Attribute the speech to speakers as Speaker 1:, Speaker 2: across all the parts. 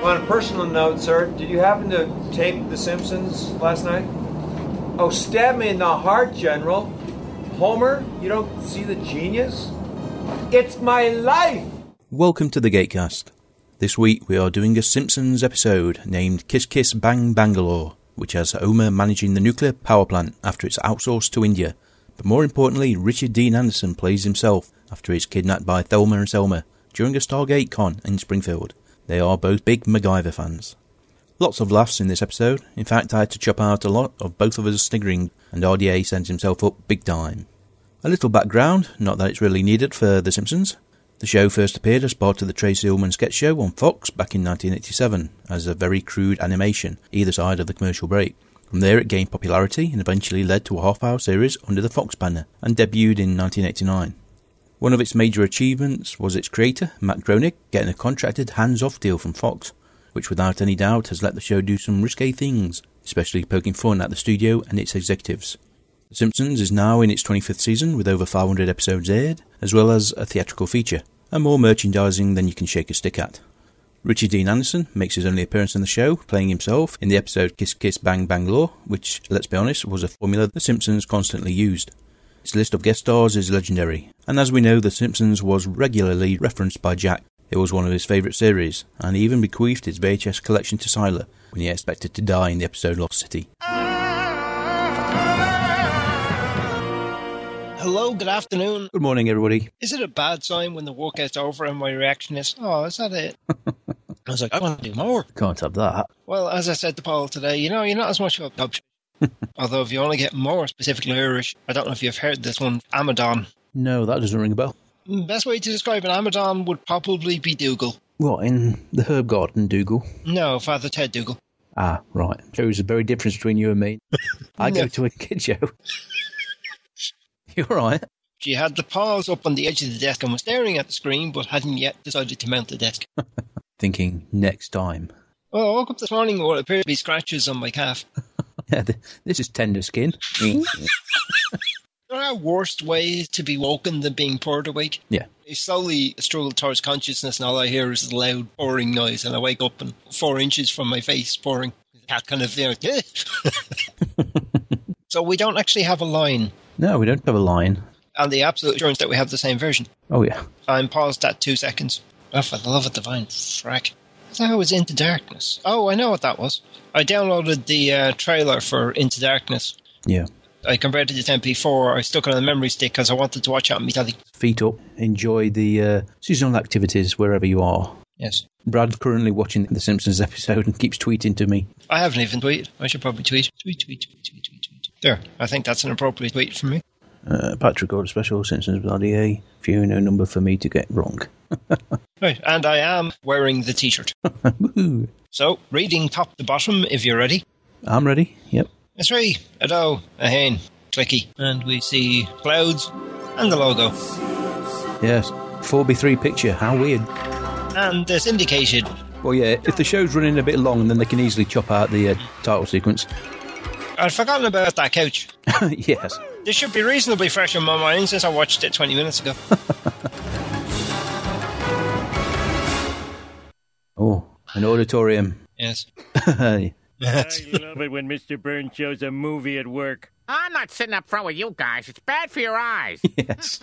Speaker 1: On a personal note, sir, did you happen to tape The Simpsons last night? Oh, stab me in the heart, General. Homer, you don't see the genius? It's my life!
Speaker 2: Welcome to the Gatecast. This week we are doing a Simpsons episode named Kiss Kiss Bang Bangalore, which has Homer managing the nuclear power plant after it's outsourced to India. But more importantly, Richard Dean Anderson plays himself after he's kidnapped by Thelma and Selma during a Stargate con in Springfield. They are both big MacGyver fans. Lots of laughs in this episode. In fact, I had to chop out a lot of both of us sniggering, and RDA sends himself up big time. A little background, not that it's really needed for The Simpsons. The show first appeared as part of the Tracy Ullman sketch show on Fox back in 1987 as a very crude animation, either side of the commercial break. From there, it gained popularity and eventually led to a half hour series under the Fox banner and debuted in 1989. One of its major achievements was its creator, Matt Groening, getting a contracted hands off deal from Fox, which without any doubt has let the show do some risque things, especially poking fun at the studio and its executives. The Simpsons is now in its 25th season with over 500 episodes aired, as well as a theatrical feature, and more merchandising than you can shake a stick at. Richard Dean Anderson makes his only appearance in the show, playing himself in the episode Kiss Kiss Bang Bangalore, which, let's be honest, was a formula The Simpsons constantly used. Its list of guest stars is legendary, and as we know, The Simpsons was regularly referenced by Jack. It was one of his favourite series, and he even bequeathed his VHS collection to Seiler when he expected to die in the episode Lost City.
Speaker 3: Hello, good afternoon.
Speaker 2: Good morning, everybody.
Speaker 3: Is it a bad sign when the work is over and my reaction is, oh, is that it? I was like, I want to do more.
Speaker 2: Can't have that.
Speaker 3: Well, as I said to Paul today, you know, you're not as much of a pub. sh- Although, if you only get more specifically Irish, I don't know if you've heard this one, Amadon.
Speaker 2: No, that doesn't ring a bell.
Speaker 3: Mm, Best way to describe an Amadon would probably be Dougal.
Speaker 2: What, in the herb garden, Dougal?
Speaker 3: No, Father Ted Dougal.
Speaker 2: Ah, right. Shows a very difference between you and me. I go
Speaker 3: No.
Speaker 2: to a kid show. You're right.
Speaker 3: She had the paws up on the edge of the desk and was staring at the screen, but hadn't yet decided to mount the desk.
Speaker 2: Thinking next time.
Speaker 3: Well, I woke up this morning with what appeared to be scratches on my calf.
Speaker 2: Yeah, th- this is tender skin.
Speaker 3: There are worse ways to be woken than being poured awake.
Speaker 2: yeah.
Speaker 3: I slowly struggle towards consciousness, and all I hear is a loud pouring noise. And I wake up, and four inches from my face, pouring. Cat kind of there. "Eh." so we don't actually have a line,
Speaker 2: No, we don't have a line.
Speaker 3: and the absolute assurance that we have the same version.
Speaker 2: Oh, yeah.
Speaker 3: I'm paused at two seconds. Oh, for the love of divine frack! I was Into Darkness. Oh, I know what that was. I downloaded the uh, trailer for Into Darkness.
Speaker 2: Yeah.
Speaker 3: I converted it to MP4. I stuck it on the memory stick because I wanted to watch it on my telly.
Speaker 2: Feet up. Enjoy the uh, seasonal activities wherever you are.
Speaker 3: Yes.
Speaker 2: Brad's currently watching the Simpsons episode and keeps tweeting to me.
Speaker 3: I haven't even tweeted. I should probably tweet. Tweet, tweet, tweet, tweet, tweet, tweet. There. I think that's an appropriate tweet from me.
Speaker 2: Uh, Patrick Orr special Simpsons bloody a funeral number for me to get wrong.
Speaker 3: Right. And I am wearing the t shirt.
Speaker 2: Woohoo.
Speaker 3: so, reading top to bottom, if you're ready.
Speaker 2: I'm ready. Yep.
Speaker 3: A three, a doe, a hen, clicky. And we see clouds and the logo.
Speaker 2: Yes. 4B3 picture. How weird.
Speaker 3: And there's indicated.
Speaker 2: Well, yeah, if the show's running a bit long, then they can easily chop out the uh, title sequence.
Speaker 3: I'd forgotten about that couch.
Speaker 2: yes.
Speaker 3: This should be reasonably fresh in my mind since I watched it 20 minutes ago.
Speaker 2: Oh, an auditorium.
Speaker 3: yes.
Speaker 4: I love it when Mr. Burns shows a movie at work.
Speaker 5: I'm not sitting up front with you guys. It's bad for your eyes,
Speaker 2: yes.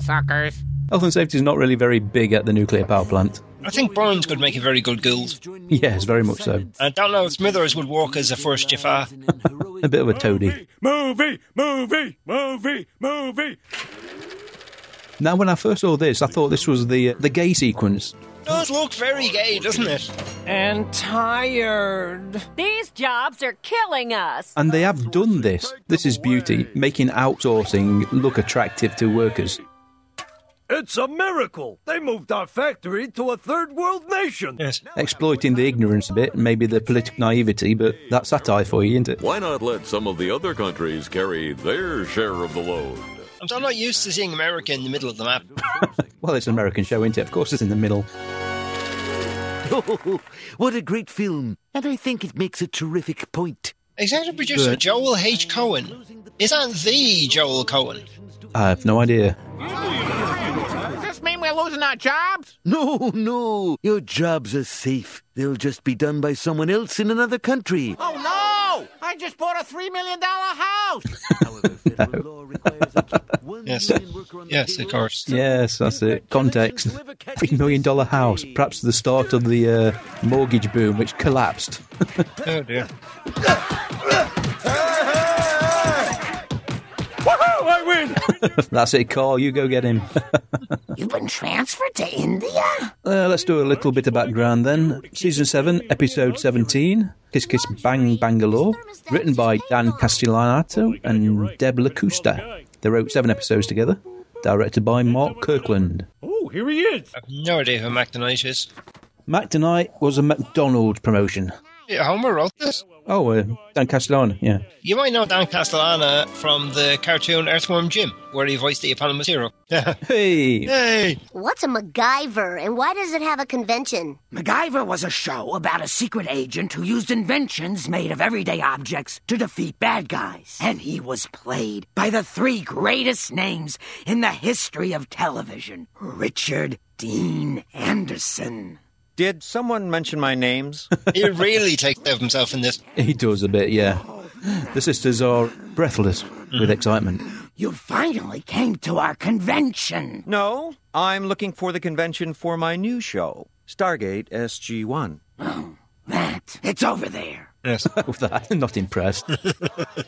Speaker 5: suckers.
Speaker 2: Health and safety is not really very big at the nuclear power plant.
Speaker 3: I think Burns could make a very good Gould.
Speaker 2: Yes, very much so.
Speaker 3: I don't know if Smithers would walk as a first Jafar.
Speaker 2: A bit of a toady.
Speaker 4: Movie, movie, movie, movie.
Speaker 2: Now, when I first saw this, I thought this was the uh, the gay sequence.
Speaker 3: does look very gay, doesn't it?
Speaker 6: and tired.
Speaker 7: These jobs are killing us.
Speaker 2: And they have done this. This is beauty, making outsourcing look attractive to workers.
Speaker 8: It's a miracle. They moved our factory to a third world nation.
Speaker 3: Yes.
Speaker 2: Exploiting the ignorance a bit, maybe the political naivety, but that's satire for you, isn't it?
Speaker 9: Why not let some of the other countries carry their share of the load?
Speaker 3: I'm still not used to seeing America in the middle of the map.
Speaker 2: Well, it's an American show, isn't it? Of course, it's in the middle.
Speaker 8: what a great film. And I think it makes a terrific point.
Speaker 3: Executive producer Joel H. Cohen Is that the Joel Cohen?
Speaker 2: I have no idea.
Speaker 5: Does this mean we're losing our jobs?
Speaker 10: No, no, your jobs are safe. They'll just be done by someone else in another country.
Speaker 5: Oh no! I just bought a three million dollar house.
Speaker 10: However, federal law requires I keep one
Speaker 3: Yes.
Speaker 10: union worker on the
Speaker 3: Yes, of
Speaker 10: payroll.
Speaker 3: course.
Speaker 2: Yes, that's it. Context. Three million dollar house, perhaps the start of the uh, mortgage boom, which collapsed.
Speaker 3: Oh dear.
Speaker 8: Woohoo! I win!
Speaker 2: that's it, Carl. You go get him.
Speaker 5: You've been transferred to India?
Speaker 2: Uh, let's do a little bit of background then. Season 7, Episode 17, Kiss Kiss Bang Bangalore, written by Dan Castellanato and Deb LaCusta. They wrote seven episodes together, directed by Mark Kirkland.
Speaker 8: Oh, here he is.
Speaker 3: I have no idea who Mac Knight is.
Speaker 2: Mac Tonight was a McDonald's promotion.
Speaker 3: Yeah, Homer wrote this.
Speaker 2: Oh, uh, Dan Castellano, yeah.
Speaker 3: You might know Dan Castellana from the cartoon Earthworm Jim, where he voiced the eponymous hero.
Speaker 2: Hey!
Speaker 3: Yay!
Speaker 11: What's a MacGyver, and why does it have a convention?
Speaker 12: MacGyver was a show about a secret agent who used inventions made of everyday objects to defeat bad guys. And he was played by the three greatest names in the history of television Richard Dean Anderson.
Speaker 13: Did someone mention my names?
Speaker 3: He really takes care of himself in this.
Speaker 2: He does a bit, yeah. The sisters are breathless with excitement.
Speaker 12: You finally came to our convention.
Speaker 13: no, I'm looking for the convention for my new show, Stargate SG1.
Speaker 12: That, it's over there.
Speaker 3: Yes.
Speaker 2: With that, not impressed.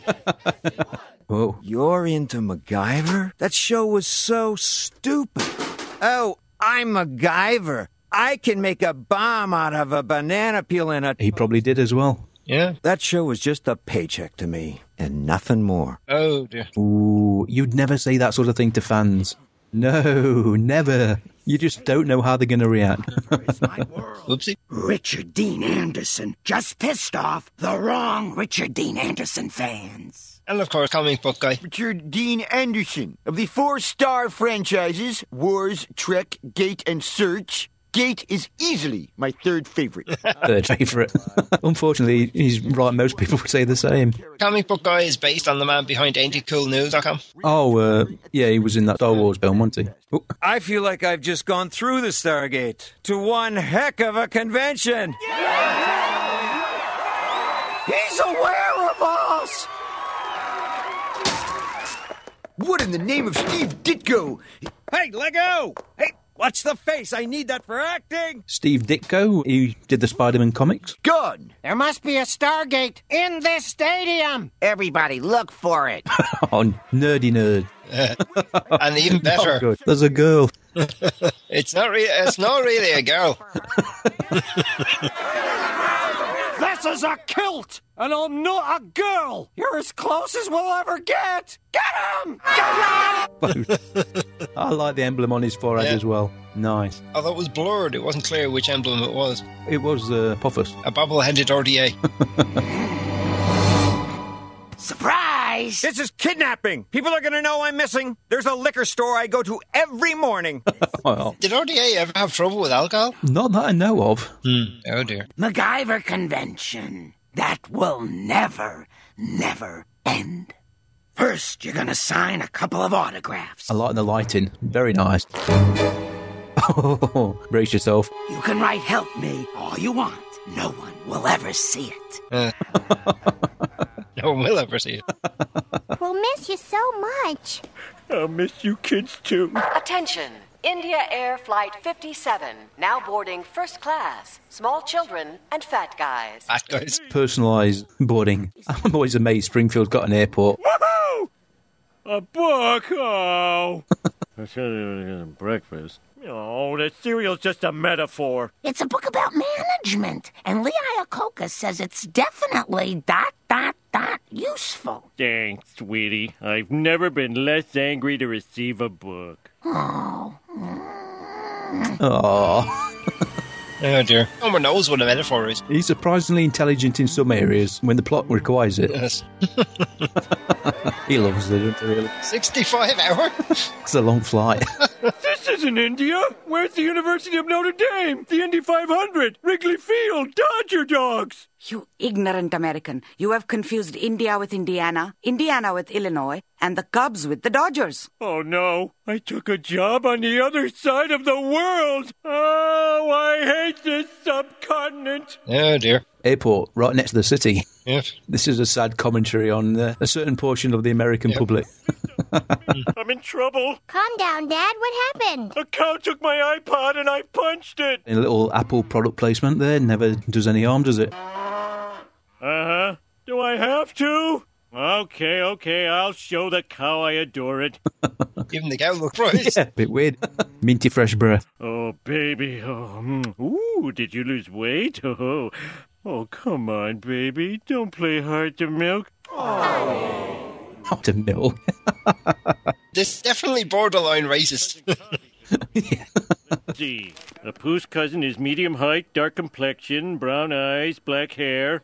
Speaker 2: Oh, Whoa.
Speaker 13: You're into MacGyver? That show was so stupid. Oh, I'm MacGyver. I can make a bomb out of a banana peel and a.
Speaker 2: He probably did as well.
Speaker 3: Yeah.
Speaker 13: That show was just a paycheck to me and nothing more.
Speaker 3: Oh dear.
Speaker 2: Ooh, you'd never say that sort of thing to fans. No, never. You just don't know how they're going to react.
Speaker 3: Whoopsie.
Speaker 12: Richard Dean Anderson just pissed off the wrong Richard Dean Anderson fans.
Speaker 3: And of course, comic book guy.
Speaker 14: Richard Dean Anderson of the four star franchises Wars, Trek, Gate, and Search. Gate is easily my third favorite.
Speaker 2: Third favourite. Unfortunately, he's right. Most people would say the same.
Speaker 3: Comic book guy is based on the man behind AntiCoolNews.com.
Speaker 2: Oh, uh, yeah, he was in that Star Wars film, wasn't he? Ooh,
Speaker 1: I feel like I've just gone through the Stargate to one heck of a convention.
Speaker 14: He's aware of us! What in the name of Steve Ditko?
Speaker 1: Hey, Lego! Hey, what's the face? I need that for acting.
Speaker 2: Steve Ditko, he did the Spider-Man comics.
Speaker 14: Gone!
Speaker 12: There must be a Stargate in this stadium. Everybody, look for it.
Speaker 2: Oh, nerdy nerd.
Speaker 3: And even
Speaker 2: Oh,
Speaker 3: better,
Speaker 2: good. There's a girl.
Speaker 3: it's not really. It's not really a girl.
Speaker 8: This is a kilt, and I'm not a girl. You're as close as we'll ever get. Get him!
Speaker 2: I like the emblem on his forehead
Speaker 3: Yeah.
Speaker 2: as well. Nice.
Speaker 3: Although it was blurred, it wasn't clear which emblem it was.
Speaker 2: It was uh, Puffus.
Speaker 3: A bobble-headed RDA.
Speaker 12: Surprise!
Speaker 1: This is kidnapping. People are going to know I'm missing. There's a liquor store I go to every morning.
Speaker 2: Well,
Speaker 3: Did RDA ever have trouble with alcohol?
Speaker 2: Oh, not that I know of.
Speaker 3: Hmm. Oh dear.
Speaker 12: MacGyver Convention. That will never, never end. First, you're gonna sign a couple of autographs.
Speaker 2: I like the lighting. Very nice. Oh, brace yourself.
Speaker 12: You can write help me all you want. No one will ever see it.
Speaker 3: No one will ever see it.
Speaker 11: We'll miss you so much.
Speaker 4: I'll miss you kids too.
Speaker 15: Attention! India Air Flight 57, now boarding first class. Small children and fat guys.
Speaker 3: That guy's
Speaker 2: Personalised boarding. I'm always amazed Springfield's got an airport.
Speaker 8: Woohoo! A book! Oh!
Speaker 4: I should have eaten breakfast. Oh, that cereal's just a metaphor.
Speaker 12: It's a book about management, and Lee Iacocca says it's definitely dot dot dot useful.
Speaker 4: Thanks, sweetie. I've never been less angry to receive a book.
Speaker 12: Oh,
Speaker 2: Oh,
Speaker 3: Oh dear. No one knows what a metaphor is.
Speaker 2: he's surprisingly intelligent in some areas when the plot requires it.
Speaker 3: Yes.
Speaker 2: He loves it, doesn't he, really?
Speaker 3: 65 hour?
Speaker 2: It's a long flight.
Speaker 4: This is isn't India. Where's the University of Notre Dame, the Indy 500, Wrigley Field, Dodger Dogs?
Speaker 16: You ignorant American. You have confused India with Indiana, Indiana with Illinois, and the Cubs with the Dodgers.
Speaker 4: Oh no, I took a job on the other side of the world. Oh, I hate this subcontinent.
Speaker 3: Oh dear.
Speaker 2: Airport right next to the city.
Speaker 3: Yeah.
Speaker 2: This is a sad commentary on uh, a certain portion of the American public.
Speaker 4: I'm in trouble.
Speaker 11: Calm down, Dad. What happened?
Speaker 4: A cow took my iPod and I punched it.
Speaker 2: A little Apple product placement there never does any harm, does it?
Speaker 4: Uh huh. Do I have to? Okay, okay, I'll show the cow I adore it.
Speaker 3: Give him the cow look right.
Speaker 2: Yeah, bit weird. Minty fresh breath.
Speaker 4: Oh, baby. Oh, mm. Ooh, did you lose weight? Oh, oh, come on, baby. Don't play hard to milk.
Speaker 2: Up to mill.
Speaker 3: This is definitely borderline racist.
Speaker 4: D. A poo's cousin is medium height, dark complexion, brown eyes, black hair.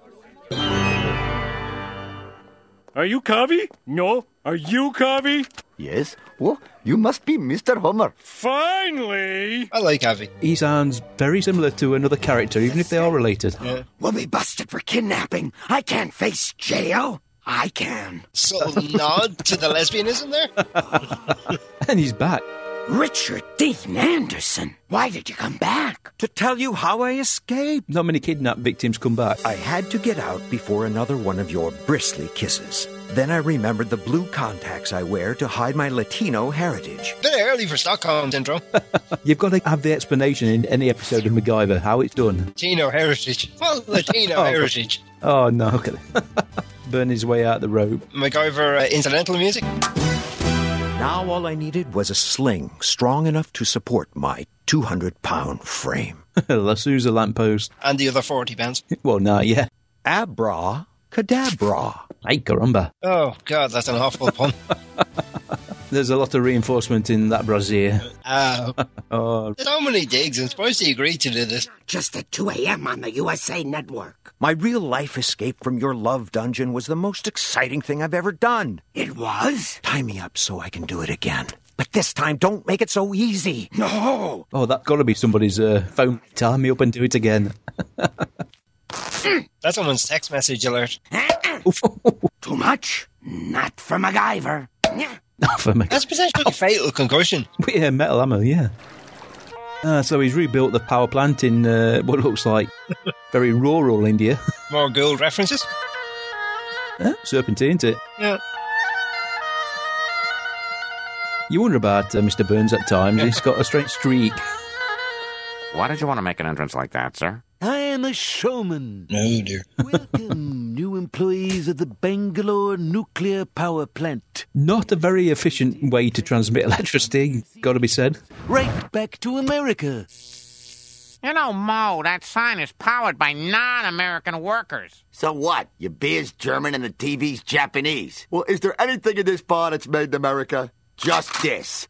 Speaker 4: Are you Kavi? No. Are you Kavi?
Speaker 14: Yes? Oh, you must be Mr. Homer.
Speaker 4: Finally!
Speaker 3: I like Avi.
Speaker 2: He sounds very similar to another character, even if they are related.
Speaker 12: We'll be busted for kidnapping. I can't face jail. I can.
Speaker 3: Subtle nod to the lesbianism there.
Speaker 2: and he's back.
Speaker 12: Richard Dean Anderson, why did you come back?
Speaker 13: To tell you how I escaped.
Speaker 2: Not many kidnapped victims come back.
Speaker 13: I had to get out before another one of your bristly kisses. Then I remembered the blue contacts I wear to hide my Latino heritage.
Speaker 3: Bit early for Stockholm syndrome.
Speaker 2: You've got to have the explanation in any episode of MacGyver, how it's done.
Speaker 3: Latino heritage. Well, Latino
Speaker 2: Oh.
Speaker 3: heritage.
Speaker 2: Oh, no. okay. Burn his way out the rope.
Speaker 3: MacGyver uh, incidental music.
Speaker 13: Now all I needed was a sling strong enough to support my 200 pound frame.
Speaker 2: Lasusa lamppost.
Speaker 3: And the other 40 pounds.
Speaker 2: Well, no, yeah.
Speaker 13: Abra cadabra.
Speaker 2: Hey, caramba.
Speaker 3: Oh, God, that's an awful pun.
Speaker 2: There's a lot of reinforcement in that brassiere.
Speaker 3: Oh.
Speaker 2: Oh,
Speaker 3: so many digs. I'm supposed to agree to do this.
Speaker 12: Just at 2 a.m. on the USA Network.
Speaker 13: My real life escape from your love dungeon was the most exciting thing I've ever done.
Speaker 12: It was?
Speaker 13: Tie me up so I can do it again. But this time, don't make it so easy.
Speaker 12: No.
Speaker 2: oh that's got to be somebody's uh, phone. Tie me up and do it again.
Speaker 3: That's someone's text message alert.
Speaker 12: Too much? Not for MacGyver.
Speaker 2: Not for me.
Speaker 3: That's potentially fatal concussion.
Speaker 2: Yeah, metal ammo, yeah. Ah, so he's rebuilt the power plant in uh, what looks like very rural India.
Speaker 3: More gold references.
Speaker 2: Huh? Serpentine, isn't it?
Speaker 3: Yeah.
Speaker 2: You wonder about uh, Mr. Burns at times. He's got a strange streak.
Speaker 17: Why did you want to make an entrance like that, sir?
Speaker 10: I am a showman.
Speaker 3: No, dear.
Speaker 10: Welcome, new employees of the Bangalore Nuclear Power Plant.
Speaker 2: Not a very efficient way to transmit electricity, got to be said.
Speaker 10: Right back to America.
Speaker 5: You know, Mo, that sign is powered by non American workers.
Speaker 14: So what? Your beer's German and the TV's Japanese. Well, is there anything in this bar that's made in America? Just this.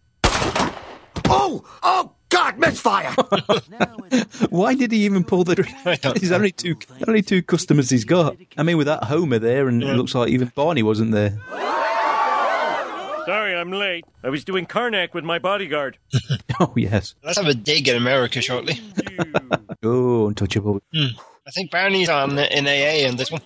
Speaker 14: Oh! Oh, God, misfire!
Speaker 2: Why did he even pull the? He's only two, only two customers he's got. I mean, with that Homer there, and it looks like even Barney wasn't there.
Speaker 4: Sorry, I'm late. I was doing Karnak with my bodyguard.
Speaker 2: Oh yes.
Speaker 3: Let's have a dig at America shortly.
Speaker 2: Oh, untouchable.
Speaker 3: I think Barney's on in AA in this one.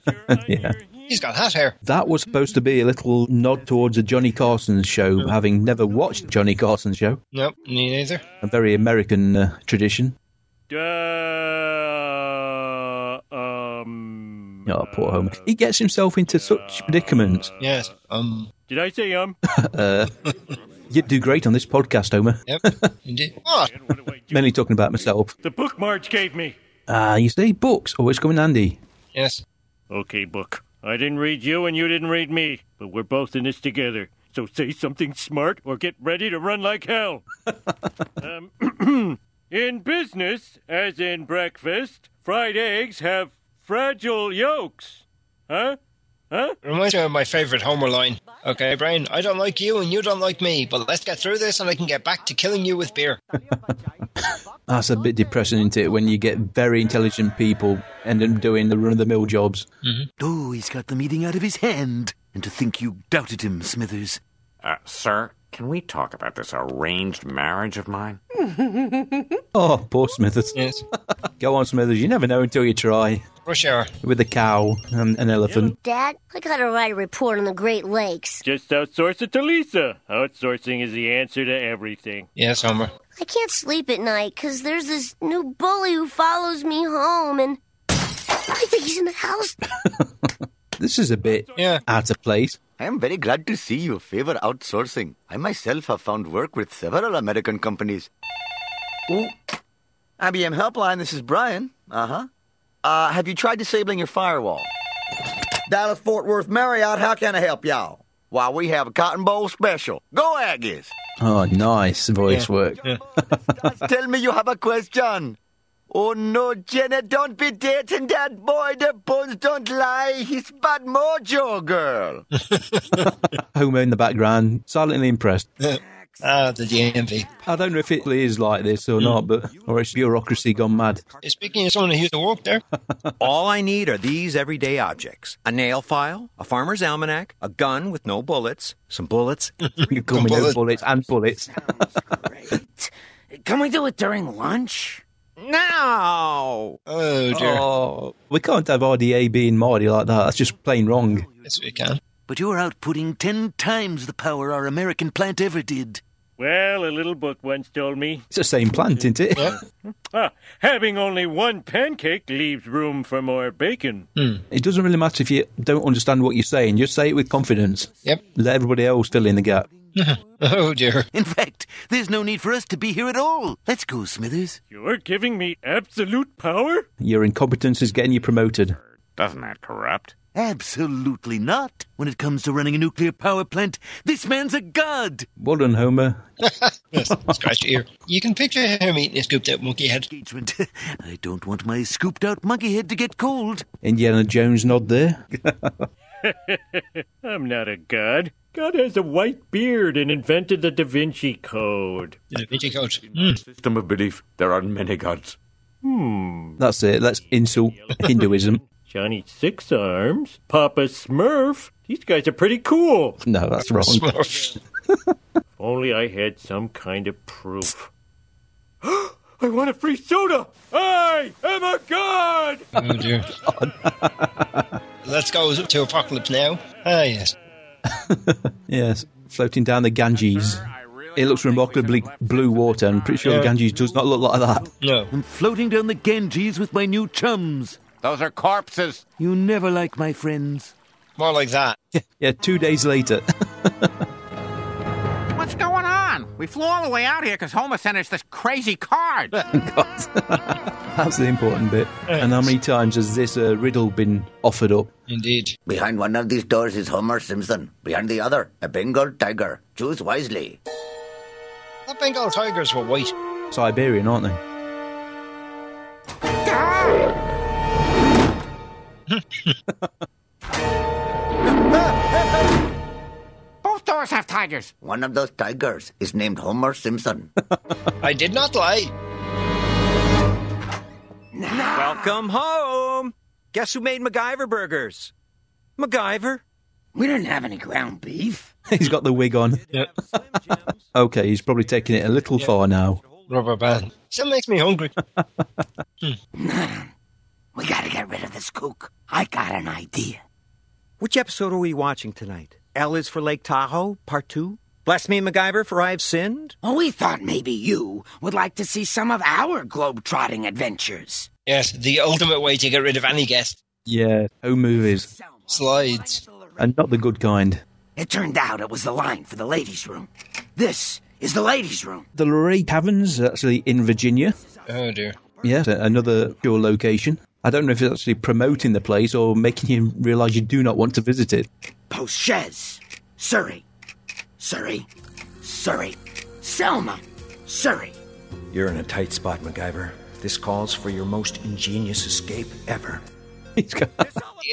Speaker 2: yeah.
Speaker 3: He's got hat hair.
Speaker 2: That was supposed to be a little nod towards a Johnny Carson show, having never watched Johnny Carson show.
Speaker 3: Nope, me neither.
Speaker 2: A very American uh, tradition.
Speaker 4: Uh, um.
Speaker 2: Oh, poor Homer. He gets himself into such predicaments. Uh,
Speaker 3: Yes. Um.
Speaker 4: Did I say um?
Speaker 2: You'd do great on this podcast, Homer.
Speaker 3: Yep. Indeed. Ah, What?
Speaker 2: Mainly talking about myself.
Speaker 4: The book Marge gave me.
Speaker 2: Ah, you see, books always come in handy.
Speaker 3: Yes.
Speaker 4: Okay, book. I didn't read you and you didn't read me, but we're both in this together. So say something smart or get ready to run like hell. um, in business, as in breakfast, fried eggs have fragile yolks. Huh? Huh?
Speaker 3: Reminds me of my favorite Homer line. Okay, Brian, I don't like you and you don't like me, but let's get through this and I can get back to killing you with beer.
Speaker 2: That's a bit depressing, isn't it, when you get very intelligent people end up doing the run of the mill jobs.
Speaker 10: Oh, he's got the meeting out of his hand. And to think you doubted him, Smithers.
Speaker 17: Uh, sir, can we talk about this arranged marriage of mine?
Speaker 2: Oh, poor Smithers.
Speaker 3: Yes.
Speaker 2: Go on, Smithers. You never know until you try.
Speaker 3: For sure.
Speaker 2: With a cow and an elephant.
Speaker 11: Dad, I gotta write a report on the Great Lakes.
Speaker 4: Just outsource it to Lisa. Outsourcing is the answer to everything.
Speaker 3: Yes, Homer.
Speaker 11: I can't sleep at night 'cause there's this new bully who follows me home and. I think he's in the house.
Speaker 2: This is a bit out of place.
Speaker 13: I am very glad to see you favor outsourcing. I myself have found work with several American companies. Ooh. IBM Helpline, this is Brian. Uh-huh. Uh, have you tried disabling your firewall? Dallas Fort Worth Marriott, how can I help y'all? Why, we have a Cotton Bowl special. Go Aggies!
Speaker 2: Oh, nice voice
Speaker 13: Yeah.
Speaker 2: work.
Speaker 13: Tell me you have a question. Oh no, Jenna, don't be dating that boy. The bones don't lie. He's bad mojo, girl.
Speaker 2: Homer in the background, silently impressed.
Speaker 3: Ah, the DMV.
Speaker 2: I don't know if it is like this or not, but or it's bureaucracy gone mad.
Speaker 3: Speaking of someone who used to walk there,
Speaker 18: All I need are these everyday objects a nail file, a farmer's almanac, a gun with no bullets, some bullets.
Speaker 2: you call me no bullets and bullets.
Speaker 12: Can we do it during lunch?
Speaker 2: No.
Speaker 3: Oh
Speaker 12: dear.
Speaker 2: we can't have RDA being Marty like that. That's just plain wrong.
Speaker 3: Yes, we can.
Speaker 19: But you're outputting ten times the power our American plant ever did.
Speaker 4: Well, a little book once told me
Speaker 2: It's the same plant, isn't it?
Speaker 4: ah, having only one pancake leaves room for more bacon.
Speaker 2: It doesn't really matter if you don't understand what you're saying. Just say it with confidence.
Speaker 3: Yep.
Speaker 2: Let everybody else fill in the gap.
Speaker 3: oh dear.
Speaker 19: In fact, there's no need for us to be here at all. Let's go, Smithers.
Speaker 4: You're giving me absolute power?
Speaker 2: Your incompetence is getting you promoted.
Speaker 19: Doesn't that corrupt? Absolutely not. When it comes to running a nuclear power plant, this man's a god.
Speaker 2: Well done, Homer.
Speaker 3: scratch your ear. You can picture him eating his scooped out monkey head.
Speaker 19: Engagement. I don't want my scooped out monkey head to get cold.
Speaker 2: Indiana Jones nod there.
Speaker 4: I'm not a god. God has a white beard and invented the Da Vinci Code.
Speaker 3: The Da Vinci Code.
Speaker 5: System of belief. There are many gods.
Speaker 4: Hmm.
Speaker 2: That's it. Let's insult Hinduism.
Speaker 4: Johnny Six Arms, Papa Smurf. These guys are pretty cool.
Speaker 2: No, that's wrong.
Speaker 4: Smurf. if only I had some kind of proof. I want a free soda. I am a god.
Speaker 3: Oh dear. Let's go to Apocalypse Now. Ah, yes.
Speaker 2: Yes, floating down the Ganges. It looks remarkably blue water, and I'm pretty sure the
Speaker 19: Yeah.
Speaker 2: Ganges does not look like that.
Speaker 3: No.
Speaker 19: I'm floating down the Ganges with my new chums. Those are corpses. You never like my friends.
Speaker 3: More like that.
Speaker 2: Yeah, two days later.
Speaker 20: What's going on? We flew all the way out here because Homer sent us this crazy card.
Speaker 2: That's the important bit. And how many times has this uh, riddle been offered up?
Speaker 3: Indeed.
Speaker 13: Behind one of these doors is Homer Simpson. Behind the other, a Bengal tiger. Choose wisely.
Speaker 3: The Bengal tigers were white.
Speaker 2: Siberian, aren't they?
Speaker 20: Both doors have tigers.
Speaker 13: One of those tigers is named Homer Simpson.
Speaker 3: I did not lie.
Speaker 18: Welcome home. Guess who made MacGyver burgers? MacGyver.
Speaker 12: We didn't have any ground beef.
Speaker 2: he's got the wig on. okay, he's probably taking it a little far now.
Speaker 3: Rubber band. Still makes me hungry.
Speaker 12: We gotta get rid of this kook. I got an idea.
Speaker 18: Which episode are we watching tonight? L is for Lake Tahoe, part two. Bless me, MacGyver, for I have sinned.
Speaker 12: Well, we thought maybe you would like to see some of our globe-trotting adventures.
Speaker 3: Yes, the ultimate way to get rid of any guest.
Speaker 2: Yeah, home movies.
Speaker 3: Slides.
Speaker 2: And not the good kind.
Speaker 12: It turned out it was the line for the ladies' room. This is the ladies' room.
Speaker 2: The Luray Caverns, actually in Virginia.
Speaker 3: Oh dear.
Speaker 2: Yes, a- another pure location. I don't know if it's actually promoting the place or making you realise you do not want to visit it.
Speaker 12: Postchez, Surrey, Surrey, Surrey, Selma, Surrey.
Speaker 18: You're in a tight spot, MacGyver. This calls for your most ingenious escape ever.
Speaker 3: The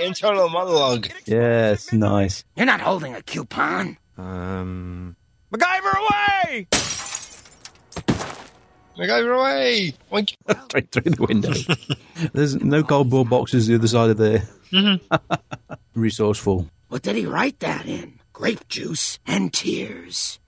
Speaker 3: internal monologue.
Speaker 2: Yes, nice.
Speaker 12: You're not holding a coupon.
Speaker 18: Um.
Speaker 12: MacGyver away!
Speaker 3: MacGyver away! Oink.
Speaker 2: Straight through the window. There's no cardboard boxes the other side of there. Resourceful.
Speaker 12: What did he write that in? Grape juice and tears.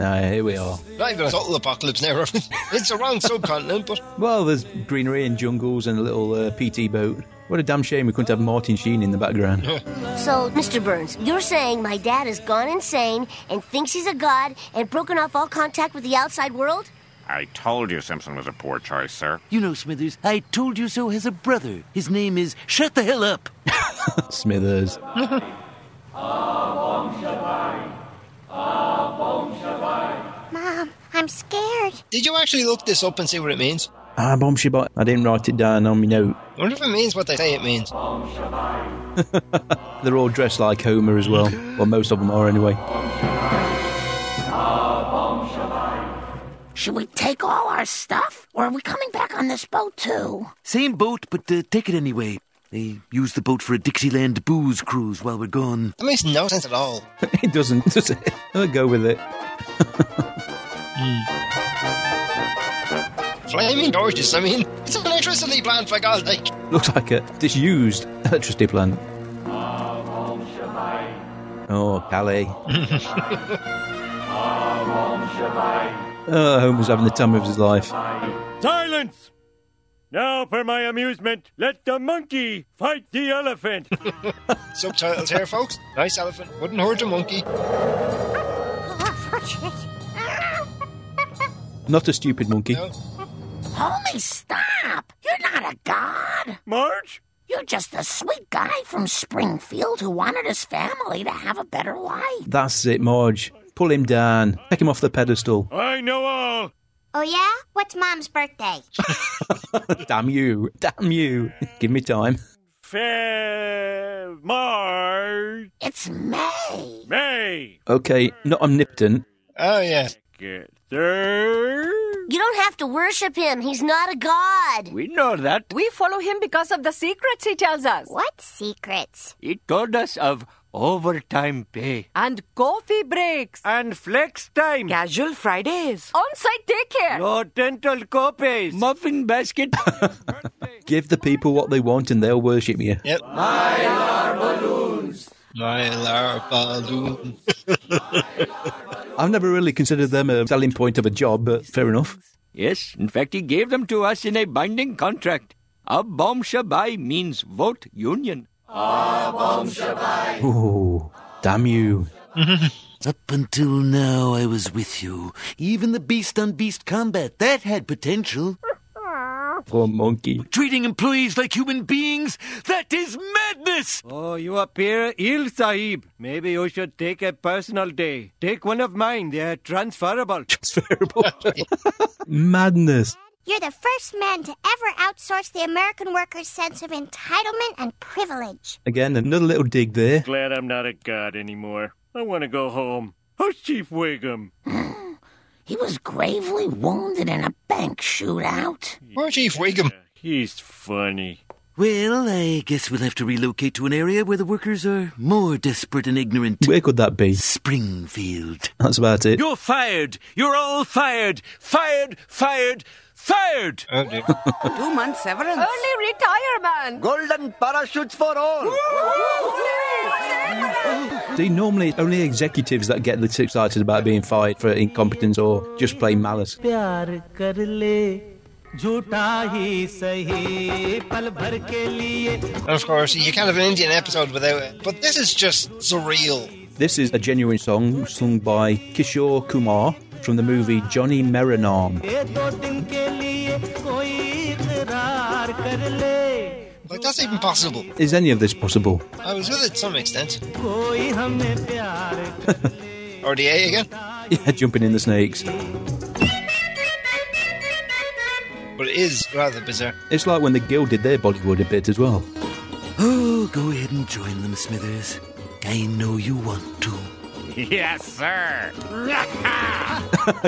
Speaker 2: Ah, here we are.
Speaker 3: Not even a total apocalypse now. Robin. it's a wrong subcontinent, but
Speaker 2: Well, there's greenery and jungles and a little uh, PT boat. What a damn shame we couldn't have Martin Sheen in the background.
Speaker 11: So, Mr. Burns, you're saying my dad has gone insane and thinks he's a god and broken off all contact with the outside world?
Speaker 17: I told you Simpson was a poor choice, sir.
Speaker 10: You know, Smithers, I told you so has a brother. His name is Shut the Hell Up.
Speaker 2: Smithers.
Speaker 11: Mom, I'm scared.
Speaker 3: Did you actually look this up and see what it means?
Speaker 2: Ah, bomb shibot. I didn't write it down on my note.
Speaker 3: I wonder if it means what they say it means.
Speaker 2: They're all dressed like Homer as well. Well, most of them are anyway.
Speaker 12: Should we take all our stuff? Or are we coming back on this boat too?
Speaker 10: Same boat, but uh, take it anyway. They use the boat for a Dixieland booze cruise while we're gone.
Speaker 3: That makes no sense at all.
Speaker 2: it doesn't, does it? I'll go with it.
Speaker 3: Flaming gorgeous. I mean, it's an electricity plant for God's sake.
Speaker 2: Looks like a disused electricity plant. Oh, Calais. Oh, Homer's having the time of his life.
Speaker 4: Silence! Now, for my amusement, let the monkey fight the elephant.
Speaker 3: Subtitles here, folks. Nice elephant. Wouldn't hurt a monkey.
Speaker 2: Not a stupid monkey.
Speaker 12: Homie, stop! You're not a god!
Speaker 4: Marge?
Speaker 12: You're just a sweet guy from Springfield who wanted his family to have a better life.
Speaker 2: That's it, Marge. Pull him down. Take him off the pedestal.
Speaker 4: I know all.
Speaker 21: Oh, yeah? What's Mom's birthday?
Speaker 2: Damn you. Damn you. Give me time.
Speaker 4: Fe- Marge.
Speaker 12: It's May.
Speaker 4: May.
Speaker 2: Okay, not omnipotent.
Speaker 3: Oh, yeah.
Speaker 4: Get there.
Speaker 11: You don't have to worship him. He's not a god.
Speaker 22: We know that.
Speaker 7: We follow him because of the secrets he tells us.
Speaker 21: What secrets?
Speaker 22: He told us of overtime pay.
Speaker 7: And coffee breaks.
Speaker 22: And flex time.
Speaker 6: Casual Fridays.
Speaker 7: On site daycare.
Speaker 22: No dental copays. Muffin basket.
Speaker 2: Give the people what they want and they'll worship you.
Speaker 3: Yep. Mylar balloon.
Speaker 2: I've never really considered them a selling point of a job, but fair enough.
Speaker 22: Yes, in fact, he gave them to us in a binding contract. A bomb shabai means vote union.
Speaker 2: Oh, damn you.
Speaker 10: Up until now, I was with you. Even the beast on beast combat, that had potential.
Speaker 2: Poor monkey.
Speaker 10: Treating employees like human beings, that is madness!
Speaker 22: Oh, you appear ill, Sahib. Maybe you should take a personal day. Take one of mine, they are transferable.
Speaker 2: Transferable. Madness.
Speaker 21: You're the first man to ever outsource the American worker's sense of entitlement and privilege.
Speaker 2: Again, another little dig there.
Speaker 4: Glad I'm not a god anymore. I want to go home. How's Chief Wiggum?
Speaker 12: He was gravely wounded in a bank shootout.
Speaker 3: Poor Chief Wiggum.
Speaker 4: He's funny.
Speaker 10: Well, I guess we'll have to relocate to an area where the workers are more desperate and ignorant.
Speaker 2: Where could that be?
Speaker 10: Springfield.
Speaker 2: That's about it.
Speaker 10: You're fired! You're all fired! Fired! Fired! Fired!
Speaker 3: Oh, dear.
Speaker 16: Two months severance.
Speaker 7: Early retirement.
Speaker 14: Golden parachutes for all.
Speaker 2: See, normally only executives that get this excited about being fired for incompetence or just plain malice.
Speaker 23: प्यार कर ले झूठा ही सही पल भर के लिए
Speaker 3: And of course, you can't have an Indian episode without it. But this is just surreal.
Speaker 2: This is a genuine song sung by Kishore Kumar from the movie Johnny Meronarm.
Speaker 23: ये दो दिन के लिए कोई इकरार कर ले
Speaker 3: Like, that's even possible.
Speaker 2: Is any of this possible?
Speaker 3: I was with it to some extent.
Speaker 23: कोई हमें प्यार कर
Speaker 3: RDA again.
Speaker 2: Yeah, jumping in the snakes.
Speaker 3: But it is rather bizarre.
Speaker 2: It's like when the Guild did their Bollywood a bit as well.
Speaker 10: Oh, go ahead and join them, Smithers. I know you want to.
Speaker 22: yes, sir.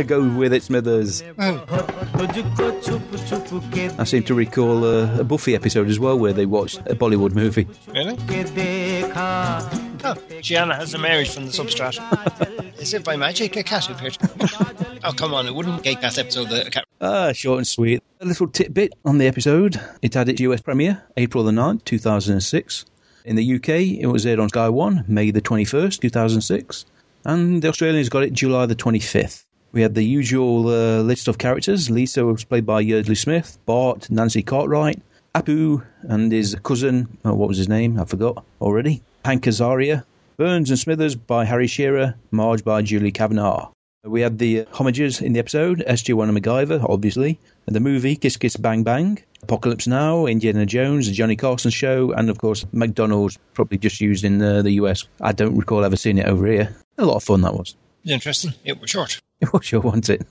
Speaker 2: Go with it, Smithers.
Speaker 23: तुझको छुप छुप के
Speaker 2: I seem to recall uh, a Buffy episode as well where they watched a Bollywood movie.
Speaker 3: Really?
Speaker 23: के देखा
Speaker 3: Oh, Gianna has emerged from the substrate. Is it by magic a cat appeared? oh, come on, it wouldn't make that episode the cat.
Speaker 2: Ah, short and sweet. A little tidbit on the episode. It had its US premiere April the 9th, 2006. In the UK, it was aired on Sky One, May the 21st, 2006. And the Australians got it July the 25th. We had the usual uh, list of characters. Lisa was played by Yeardley Smith, Bart, Nancy Cartwright, Apu, and his cousin, oh, what was his name? I forgot already. Hank Azaria. Burns and Smithers by Harry Shearer, Marge by Julie Kavanagh. We had the uh, homages in the episode, SG1 and MacGyver, obviously, and the movie Kiss Kiss Bang Bang, Apocalypse Now, Indiana Jones, The Johnny Carson Show, and of course McDonald's, probably just used in uh, the US. I don't recall ever seeing it over here. A lot of fun that was.
Speaker 3: Interesting. It was short.
Speaker 2: It was your want it.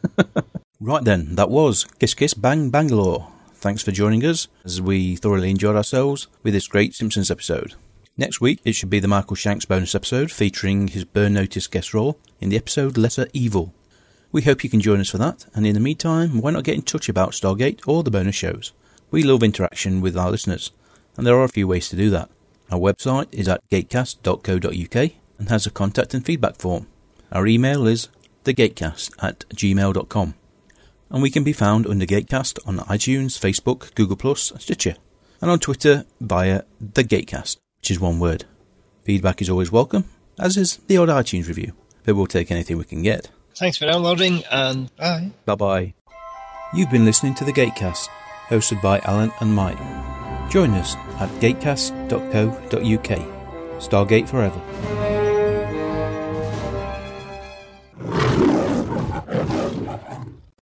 Speaker 2: right then, that was Kiss Kiss Bang Bangalore. Thanks for joining us as we thoroughly enjoyed ourselves with this great Simpsons episode. Next week, it should be the Michael Shanks bonus episode featuring his Burn Notice guest role in the episode Letter Evil. We hope you can join us for that, and in the meantime, why not get in touch about Stargate or the bonus shows? We love interaction with our listeners, and there are a few ways to do that. Our website is at gatecast.co.uk and has a contact and feedback form. Our email is thegatecast at gmail.com. And we can be found under Gatecast on iTunes, Facebook, Google Plus, Stitcher, and on Twitter via the Gatecast, which is one word. Feedback is always welcome, as is the odd iTunes review, but we'll take anything we can get.
Speaker 3: Thanks for downloading and bye.
Speaker 2: Bye bye. You've been listening to the Gatecast, hosted by Alan and Mike. Join us at gatecast.co.uk. Stargate Forever.